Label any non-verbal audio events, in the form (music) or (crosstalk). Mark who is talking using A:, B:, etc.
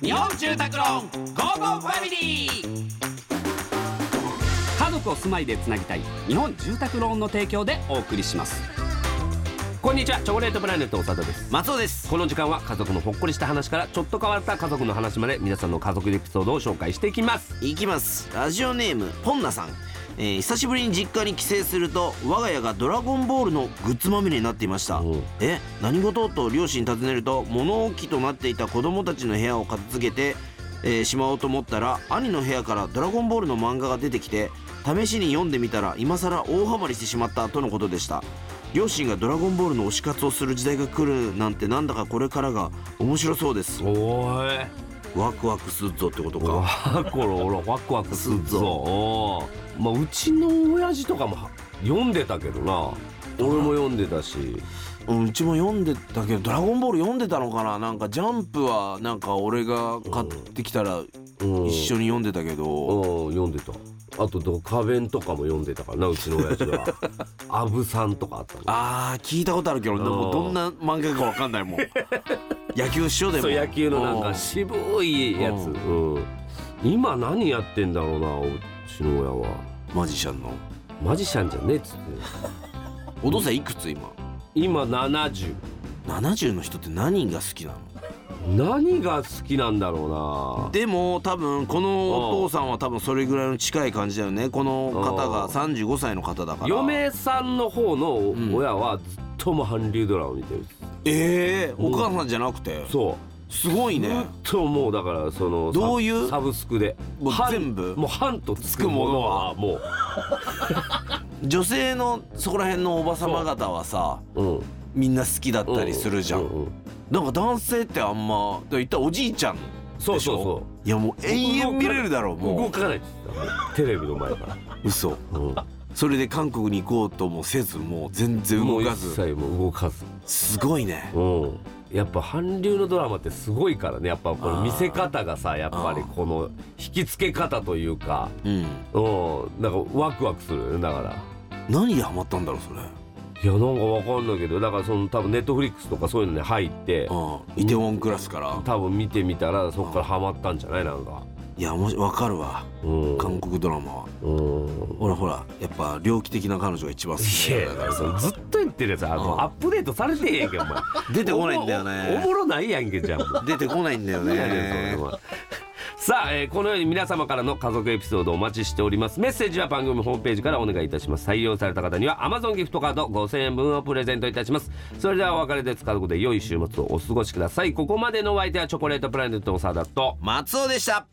A: 日本住宅ローンゴーゴーファミリー家族を住まいでつなぎたい日本住宅ローンの提供でお送りします
B: こんにちはチョコレートプラネット長田です
C: 松尾です
B: この時間は家族のほっこりした話からちょっと変わった家族の話まで皆さんの家族エピソードを紹介していきます
C: いきますラジオネームポンナさん、えー久しぶりに実家に帰省すると我が家が「ドラゴンボール」のグッズまみれになっていました
B: おう
C: え何事と両親に尋ねると物置となっていた子供たちの部屋を片付けて、えーしまおうと思ったら兄の部屋から「ドラゴンボール」の漫画が出てきて試しに読んでみたら今更大ハマりしてしまったとのことでした両親が「ドラゴンボール」の推し活をする時代が来るなんてなんだかこれからが面白そうです
B: おーい
C: ワクワクするぞってことか
B: わころおろワクワクする
C: すっ
B: ぞ
C: ぞ
B: おーまあうちの親父とかもは読んでたけどな俺も読んでたし
C: うんうちも読んでたけど「ドラゴンボール」読んでたのかななんか「ジャンプ」はなんか俺が買ってきたら
B: うん
C: 一緒に読んでたけど
B: うん読んでたあとドカベンとかも読んでたからなうちの親父 (laughs) はアブさんとかあったの
C: あー聞いたことあるけどでも
B: うん
C: どんな漫画かわかんな
B: (laughs)
C: いもん野球師匠でも
B: そう野球のなんか渋いやつ、
C: う
B: うん今何やってんだろうなうちの親は
C: うんマジシャンの
B: マジシャンじゃねえっつって
C: お父さんいくつ今
B: 今70
C: 70の人って何が好きなの
B: 何が好きなんだろうな
C: でも多分このお父さんは多分それぐらいの近い感じだよねこの方が35歳の方だから
B: 嫁さんの方の
C: ん
B: 親はずっともう韓流ドラマ見てる、
C: ええお母さんじゃなくて
B: そ
C: すごいう
B: ずっ
C: ね
B: ともうだからその
C: どういう
B: ササブスクで
C: もう
B: ハン
C: 全部
B: もうハンとつくものはも
C: 女性のそこら辺のおばさま方はさ
B: う、うん、
C: みんな好きだったりするじゃん、
B: ううう
C: なんか男性ってあんまだから言ったらおじいちゃん
B: そうそうそ
C: いやもう永遠見れるだろう
B: う動
C: も
B: かないっつってたもうテレビの前から、
C: う嘘
B: うん
C: それで韓国に行こうともせずもう全然動か
B: もう一
C: ず
B: 切もう動かず、
C: すごいね
B: うん、やっぱ韓流のドラマってすごいからねやっぱこの見せ方がさやっぱりこの引き付け方というか
C: うん
B: うんなんかワクワクするよねだから
C: 何でハマったんだろうそ
B: い
C: れ
B: やなんかわかんないけどだからその多分ネットフリックスとかそういうのに入って
C: うんイテウォンクラスから
B: 多分見てみたらそこからハマったんじゃないなんか
C: いやもし分かるわ
B: うん
C: 韓国ドラマは
B: うん
C: ほらほらやっぱ猟奇的な彼女が一番好き
B: い
C: だ
B: や
C: よだから
B: そ
C: さ
B: れずっと言ってるやつあ
C: う
B: の
C: ん
B: アップデートされてへんやんけお前
C: 出てこないんだよ
B: おもお
C: ね
B: もろないやんけじゃんもう
C: 出てこないんだよ
B: やねん
C: ね
B: それはさあ、えーこのように皆様からの家族エピソードをお待ちしておりますメッセージは番組ホームページからお願いいたします採用された方には Amazon ギフトカード5000円分をプレゼントいたしますそれではお別れです家族で良い週末をお過ごしくださいここまでのお相手はチョコレートプラネットのサダと
C: 松尾でした